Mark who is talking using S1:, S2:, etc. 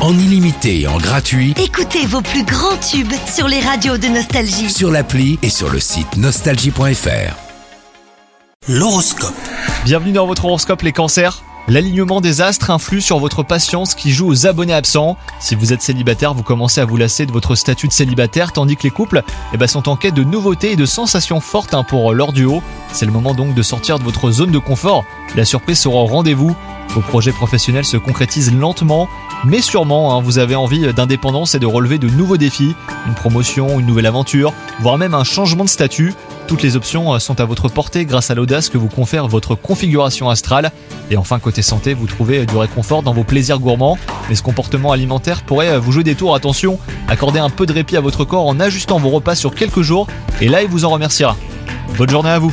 S1: en illimité et en gratuit
S2: Écoutez vos plus grands tubes sur les radios de Nostalgie.
S1: sur l'appli et sur le site nostalgie.fr. L'horoscope.
S3: Bienvenue dans votre horoscope les cancers. L'alignement des astres influe sur votre patience qui joue aux abonnés absents. Si vous êtes célibataire, vous commencez à vous lasser de votre statut de célibataire tandis que les couples eh ben, sont en quête de nouveautés et de sensations fortes hein, pour leur duo. C'est le moment donc de sortir de votre zone de confort. La surprise sera au rendez-vous. Vos projets professionnels se concrétisent lentement, mais sûrement, hein, vous avez envie d'indépendance et de relever de nouveaux défis, une promotion, une nouvelle aventure, voire même un changement de statut. Toutes les options euh, sont à votre portée grâce à l'audace que vous confère votre configuration astrale. Et enfin, côté santé, vous trouvez euh, du réconfort dans vos plaisirs gourmands. Mais ce comportement alimentaire pourrait euh, vous jouer des tours. Attention, accordez un peu de répit à votre corps en ajustant vos repas sur quelques jours, et là, il vous en remerciera. Bonne journée à vous